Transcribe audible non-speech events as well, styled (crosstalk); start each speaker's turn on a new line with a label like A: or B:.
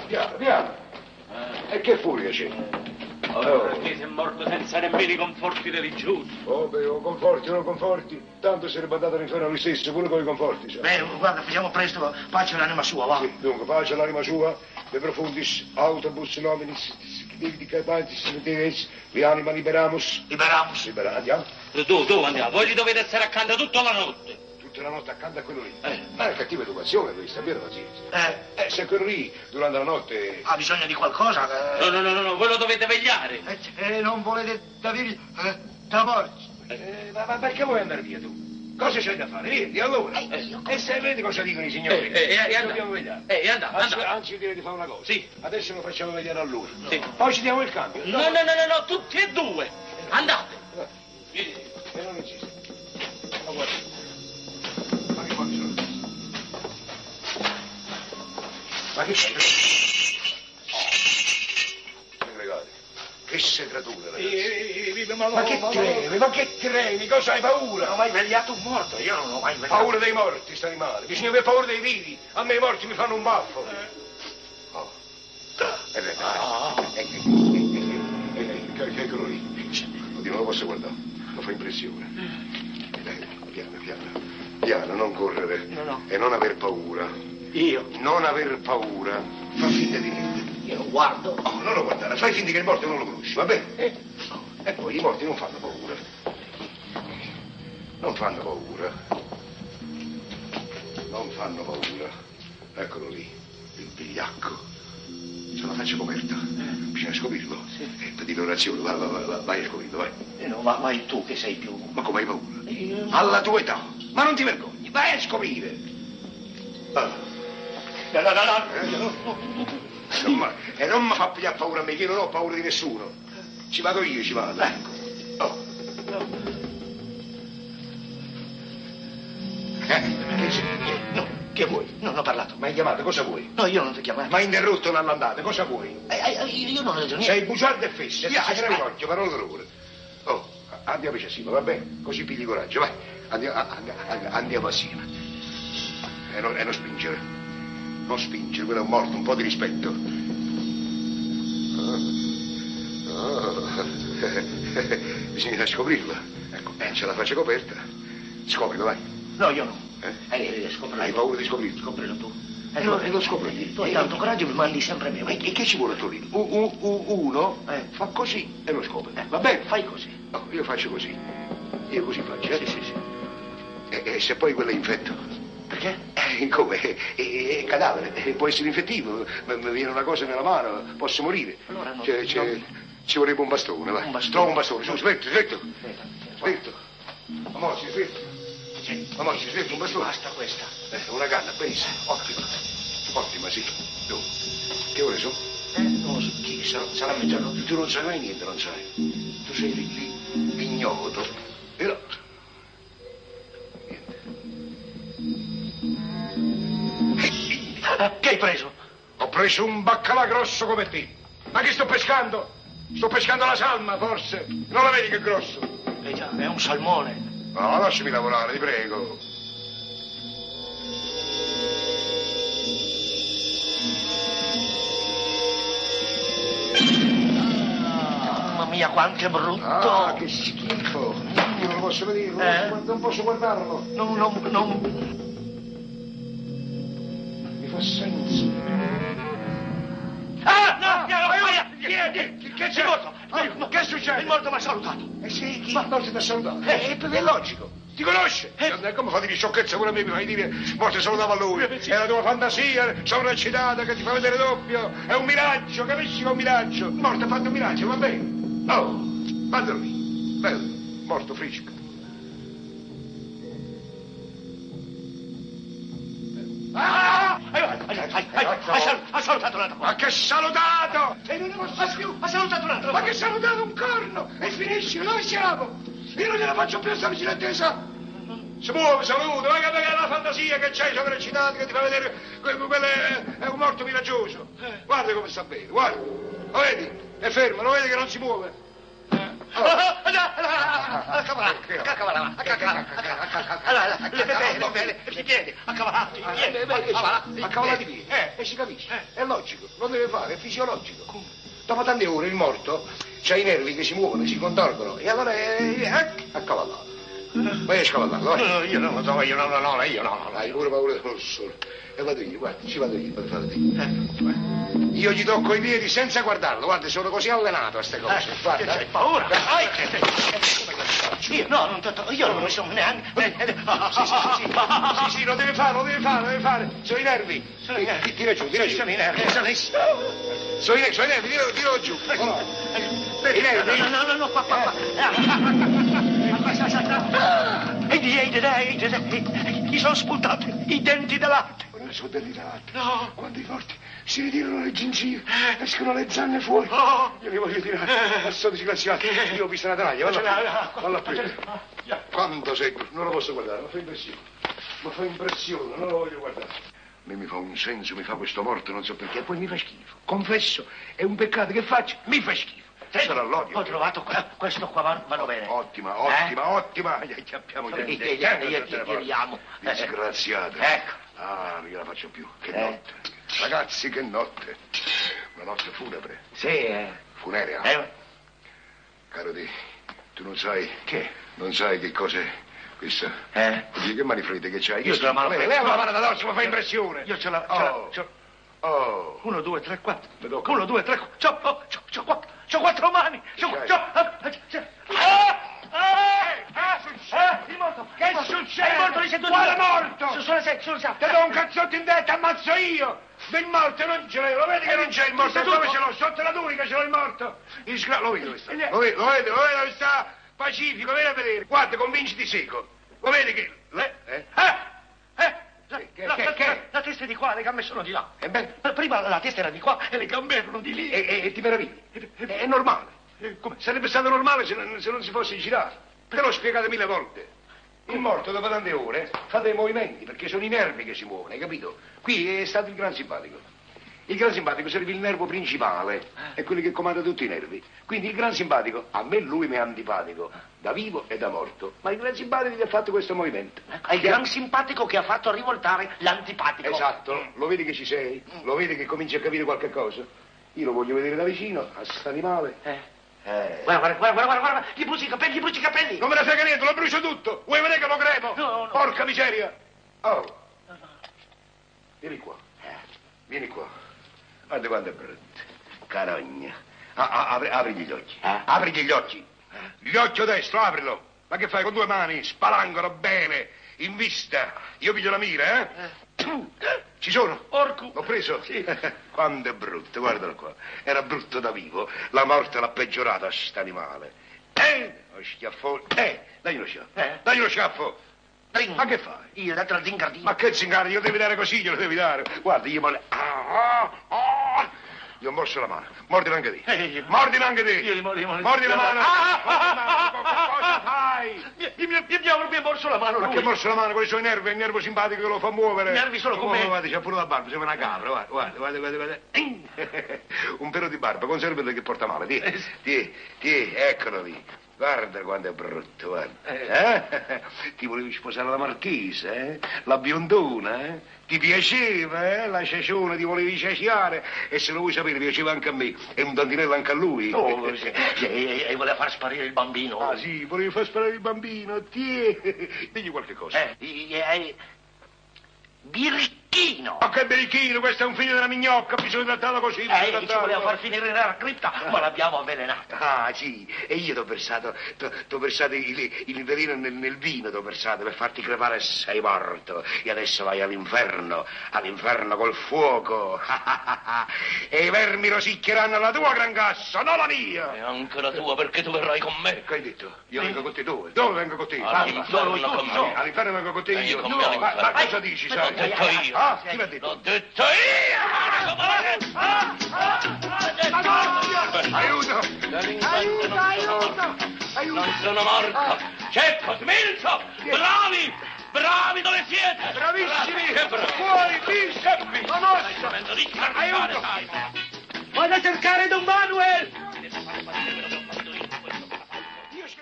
A: Andiamo. E che furia c'è?
B: Allora, te sei morto senza nemmeno i conforti religiosi.
A: Oh, beh, o conforti o non conforti, tanto sarebbe andato all'inferno lui stesso, pure con i conforti, sa.
C: Beh, guarda, facciamo presto, pace all'anima sua, va.
A: Dunque, pace all'anima sua, de profundis, autobus nominis, dividicatantis, deves, vi anima liberamus.
C: Liberamoci.
A: Libera, andiamo.
B: Tu, tu, andiamo. Voi gli dovete essere accanto tutta la notte.
A: Tutta la notte accanto a quello lì.
B: Eh.
A: Ma è cattiva educazione questa, vero pazienza?
C: Eh,
A: Eh, se quello lì, durante la notte...
C: ha bisogno di qualcosa?
B: No,
C: Eh,
B: no, no, no, no, voi lo dovete vegliare.
C: eh, eh, non volete da vivi, eh, da morti.
A: Eh, ma, ma perché vuoi andare via tu? Cosa c'è da fare? Vieni, allora.
B: Eh, io
A: e se vedi cosa dicono i
B: Eh,
A: signori?
B: eh, eh, eh,
A: Ci
B: andiamo.
A: dobbiamo vedere.
B: Eh, eh, andiamo,
A: Anzi,
B: andiamo.
A: anzi, io direi di fare una cosa.
B: Sì.
A: Adesso lo facciamo vedere a lui.
B: Sì.
A: Poi ci diamo il cambio.
B: No, no, no, no, no, tutti e due. Andate. Eh,
A: E non esiste. Ma guarda. Ma che quanti sono? Ma che c'è? Segregati. Che
B: Eh,
A: segretura, ragazzi. ma che trevi? Ma che trevi? Cosa hai paura?
C: Non ho mai vegliato un morto, io non ho mai vegliato.
A: Paura dei morti, sta animale. Bisogna avere paura dei vivi. A me i morti mi fanno un baffo. Oh. Eh, beh, eh, eh, eh, eh, eh, eh, eh, Eccolo lì. Oddio, non lo posso guardare. Mi fa impressione. Eh, Piano, piano. Piano, non correre.
C: No, no.
A: E non aver paura.
C: Io?
A: Non aver paura. Fa finta di niente.
C: Io lo guardo. Eh.
A: Oh, non lo guardare. Fai finta che il morto non lo conosci, va bene? E poi i morti non fanno paura. Non fanno paura. Non fanno paura. Eccolo lì, il vigliacco. Se la faccia coperta. Bisogna scoprirlo. Eh, E per dire un'azione, va, va, va, va, vai a scoprirlo, vai.
C: E non va mai tu che sei più.
A: Ma come hai paura?
C: Io-
A: Alla tua età. Ma non ti vergogni, vai a scoprire. Ah.
C: No, no, no, no.
A: Insomma, e non mi fa pigliare paura a me, che io non ho paura di nessuno. Ci vado io, ci vado. Ecco. Oh. Eh, che c'è?
C: No, che vuoi? Non ho parlato.
A: Mi hai chiamato, cosa vuoi?
C: No, io non ti ho chiamato.
A: Mi hai interrotto nell'andata, cosa vuoi?
C: Eh, eh, io non ho detto niente.
A: Sei bugiardo e fesse, ti
C: Via,
A: sei
C: aspetta.
A: occhio, parola d'onore. Oh, a- andiamo assieme, va bene? Così pigli coraggio, vai. Andiamo, a- a- a- andiamo assieme. E non, e non spingere. Non spingere, quello è un morto, un po' di rispetto. Ah. Ah. (laughs) Bisogna scoprirla. Ecco, eh, c'è la faccia coperta. Scoprilo, vai.
C: No, io no.
A: Eh?
C: Eh, eh, scoprilo.
A: Hai paura di scoprirlo?
C: Scoprilo eh. tu. Eh,
A: E lo, e lo scopri.
C: Tu hai tanto coraggio, mi mandi sempre me.
A: E, e che ci vuole a Torino? U- u- u- uno
C: Eh.
A: fa così e lo scopre.
C: Eh,
A: Va bene?
C: Fai così.
A: Oh, io faccio così. Io così faccio. eh?
C: Sì, sì, sì.
A: E, e se poi quello è infetto?
C: Perché?
A: Eh, come? È, è- è cadavere, eh, può essere infettivo, m- mi viene una cosa nella mano, posso morire.
C: Allora no,
A: C'è- c'è-
C: no.
A: Ci vorrebbe un bastone, va.
C: Un bastone.
A: Trova un bastone, su, smetto, smetto.
C: Aspetta, aspetta.
A: Smetto. Mamma, ci smetto.
C: Sì.
A: Mamma, ci smetto un bastone.
C: Basta questa.
A: Eh, una canna, benissimo, ottima. Ottima, sì. Tu, che ore sono?
C: Eh, non lo so.
A: Chi sa, sarà mezzanotte? Tu non sai mai niente, non sai. Tu sei lì, lì, ignoto. Però... Niente.
C: Che hai preso?
A: Ho preso un baccalà grosso come te. Ma che sto pescando? Sto pescando la salma, forse. Non la vedi che è grosso?
C: Eh già, è un salmone.
A: No, lasciami lavorare, ti prego.
C: Mamma mia, quanto è brutto.
A: Ah, che schifo. Io non lo posso vederlo,
C: Eh?
A: non- non posso guardarlo.
C: Non, non, non...
A: Mi fa senso.
C: Ah, no, piano, via,
A: Che- che c'è?
C: Il morto,
A: Ah,
C: il-
A: che succede?
C: Il morto mi ha salutato.
A: E sì, chi?
C: Ma-
A: non ti ha salutato.
C: Eh,
A: Eh, è logico. Ti conosce? Eh, come fate di sciocchezza pure a me, mi fai dire, morte salutava lui. È la tua fantasia, sono una eccitata che ti fa vedere doppio. È un miraggio, capisci che è un miraggio? Morte ha fatto un miraggio, va bene. No, vado lì. Bello, morto frisco.
C: Ah, ah, ah, ah, ah, ah, ah, ha sal- ha salutato un altro.
A: Ma che salutato! E non ne posso più!
C: Ha salutato un altro.
A: Ma che salutato un corno! E finisci, dove siamo? Io non gliela faccio più sta vicina attesa! Si muove, saluto, vai che è la fantasia che c'hai sopra il citato che ti fa vedere que- que- quelle- è un morto miraggioso. Guarda come sta bene, guarda. Lo vedi? È fermo, lo vedi che non si muove? Eh,
C: Eh,
A: A cavalla di piedi. E si capisce. È logico, lo deve fare, è fisiologico. Dopo tante ore il morto ha i nervi che si muovono, si contorgono. E allora è accavallato. Vai a scavallato, vai.
C: Io non lo so, io no, no, no, io no, no,
A: Hai pure paura del professore. E vado io, guarda, ci vado io per fare Io gli tocco i piedi senza guardarlo, guarda, sono così allenato a queste cose.
C: Eh, Che
A: guarda.
C: c'hai paura? Ai, che- che- che- Io no, non t'ho- io non lo so neanche.
A: Eh, Sì, sì, sì, sì, sì, lo deve fare, lo deve fare, lo deve fare. Sono i nervi.
C: Sono i nervi.
A: Tira giù, tira giù. Eh,
C: Sono i nervi, sono i-
A: Sono i nervi, sono i nervi, tira- tiralo giù. Oh, no. I nervi?
C: No, no, no, no, qua, qua, qua. E di, e di, e di, e di. Gli sono spuntati i denti da latte.
A: Non sono delirati.
C: No.
A: Quando i forti Oh, si ritirano le gengive, escono le zanne fuori.
C: Eh. Oh. Eh.
A: Io li voglio tirare. Ma sono disgraziati. Io ho visto una tanaglia, vado a vado a
C: Eh,
A: prendere. Quanto sei... Non lo posso guardare, mi fa impressione. Mi fa impressione, non lo voglio guardare. Mi, mi fa un senso, mi fa questo morto, non so perché, e poi mi fa schifo. Confesso, è un peccato che faccio, mi fa schifo. Sarà l'odio.
C: Ho trovato que- questo qua, va- vanno bene.
A: Ottima, ottima, ottima. Gli acchiappiamo
C: Eh,
A: gli
C: eh, eh, eh, tiriamo. Eh.
A: Disgraziata.
C: Ecco.
A: Ah, non gliela faccio più. Che
C: Eh.
A: notte. Ragazzi, che notte. Una notte funebre,
C: Sì, eh.
A: funerea.
C: Eh,
A: Caro Di, tu non sai...
C: Che?
A: Non sai che cose... Questa...
C: eh.
A: Di che mani fredde che c'hai?
C: Io ce la mano
A: Leva,
C: fredda.
A: Leva la mano da dosso, mi fa impressione.
C: Io ce la...
A: Oh.
C: Ce la ce...
A: Oh.
C: Uno, due, tre, quattro.
A: Vedo qua.
C: Uno, due, tre, quattro. C'ho, oh, c'ho, c'ho quattro. C'ho quattro mani. C'ho...
A: Dai.
C: c'ho... ah, ah, c'ho- Ah! Ah! Ah! Eh, il morto. Che succede? Il morto lì c'è tutto.
A: Quale morto?
C: Su- Sulla sedia, sulla sedia.
A: Ti do un cazzotto in testa, ammazzo io! Del morto non ce l'ho, lo vedi che
C: Eh,
A: non c'è il morto?
C: sei tu?
A: Dove ce l'ho? Sotto la tunica ce l'ho il morto! Il sgra- Lo vedi dove sta?
C: Eh, eh.
A: Lo vedi, lo vedi, lo vedi dove sta? Pacifico, vieni a vedere. Guarda, convinciti seco. Lo vedi che... Le- Eh?
C: Eh, eh, la-
A: Che-
C: la-
A: che-
C: la-
A: che?
C: la- La testa è di qua, le gambe sono di là.
A: E beh,
C: Ma Prima la testa era di qua e le gambe erano di lì.
A: e, e- e ti meravigli? È normale. Sarebbe stato normale se non, se non si fosse girato. Te l'ho spiegato mille volte. Il morto dopo tante ore fa dei movimenti perché sono i nervi che si muovono, hai capito? Qui è stato il gran simpatico. Il gran simpatico serve il nervo principale, è quello che comanda tutti i nervi. Quindi il gran simpatico, a me lui mi è antipatico, da vivo e da morto. Ma il gran simpatico gli ha fatto questo movimento.
C: Ecco, è il gran simpatico che ha fatto rivoltare l'antipatico.
A: Esatto, Mm. lo vedi che ci sei? Lo vedi che cominci a capire qualche cosa? Io lo voglio vedere da vicino, a st'animale.
C: Eh.
A: Eh.
C: Guarda, guarda, guarda, guarda, guarda, gli bruci i capelli, gli bruci i capelli.
A: Non me ne frega niente, lo brucio tutto. Vuoi vedere che lo crepo?
C: No, no.
A: Porca miseria. Oh. Vieni qua. Vieni qua. Guarda quanto è brutto. Carogna. A- a- apri, aprigli gli occhi.
C: Eh?
A: Aprigli gli occhi. Gli occhi destro, aprilo. Ma che fai con due mani? Spalangolo bene. In vista. Io piglio la mira, eh? Ci sono?
C: Orcu.
A: L'ho preso? Sì. Quanto è brutto, guardalo qua. Era brutto da vivo. La morte l'ha peggiorato a st'animale. Eh! Lo schiaffo. Eh! Dagli uno schiaffo.
C: Eh?
A: Dagli uno schiaffo.
C: Ring.
A: Ma che fai?
C: Io dato la zingardina.
A: Ma che zingaro, glielo devi dare così, glielo devi dare. Guarda, io male. Ah, ah, ah. Gli ho morso la mano. Mordilo anche te.
C: Eh, io-
A: Mordilo anche te.
C: Io gli mordi- mordi-
A: Mordi la mano.
C: Ah, ah,
A: Mordi la mano.
C: ah, ah,
A: Cosa
C: ah,
A: fai?
C: Mi, mi, mi, mi ha- mi ha morso la mano
A: Ma
C: lui.
A: che morso la mano con i suoi nervi, il nervo simpatico che lo fa muovere.
C: I nervi sono
A: Lo
C: come-
A: muove, Guarda, c'ha pure la barba, sembra una capra, guarda, guarda, guarda, guarda, guarda. (laughs) Un pelo di barba, conservatelo che porta male, ti,
C: Eh, sì.
A: ti, ti, eccolo lì. Guarda quanto è brutto, guarda. Eh? (laughs) Ti volevi sposare la marchisa, eh? La biondona, eh? Ti piaceva, eh? La ciaciona, ti volevi ciaciare. E se lo vuoi sapere, piaceva anche a me. E un tantinello anche a lui.
C: Oh, sì. Sì, E, e voleva far sparire il bambino.
A: (laughs) Ah, sì, volevi far sparare il bambino, ti. (laughs) Digli qualche cosa.
C: Eh, i- eh, birichino.
A: Ma che berichino, questo è un figlio della mignocca, bisogna trattarlo così. bisogna
C: Eh, ci
A: trattarlo.
C: voleva far finire nella cripta, ma l'abbiamo avvelenato.
A: Ah, sì, e io t'ho versato, t'ho, t'ho versato il, il veleno nel, nel vino, t'ho versato per farti crepare e sei morto. E adesso vai all'inferno, all'inferno col fuoco. (laughs) e i vermi rosicchieranno la tua gran cassa, non la mia.
B: E anche la tua, perché tu verrai con me.
A: Che hai detto? Io vengo con te dove? Ah, Dove vengo con te? Parla.
B: All'inferno
C: Parla,
B: con
C: parla.
B: me.
A: All'inferno vengo con te
B: Vieni
A: io.
B: con me
A: ma, ma
B: all'inferno.
A: cosa dici,
C: Vai,
A: sai?
B: L'ho detto io.
A: Ah, chi l'ha detto?
B: L'ho detto io.
A: Aiuto! Aiuto, aiuto! Aiuto!
B: Non sono morto. C'è Cosmilzo. Ah. Bravi. Bravi dove siete?
A: Bravissimi!
B: Che bravi.
A: Fuori, biscemi! La
B: Stai
A: nostra!
B: sapendo di carnevale,
A: Aiuto.
B: sai.
C: Vado a cercare Don Manuel!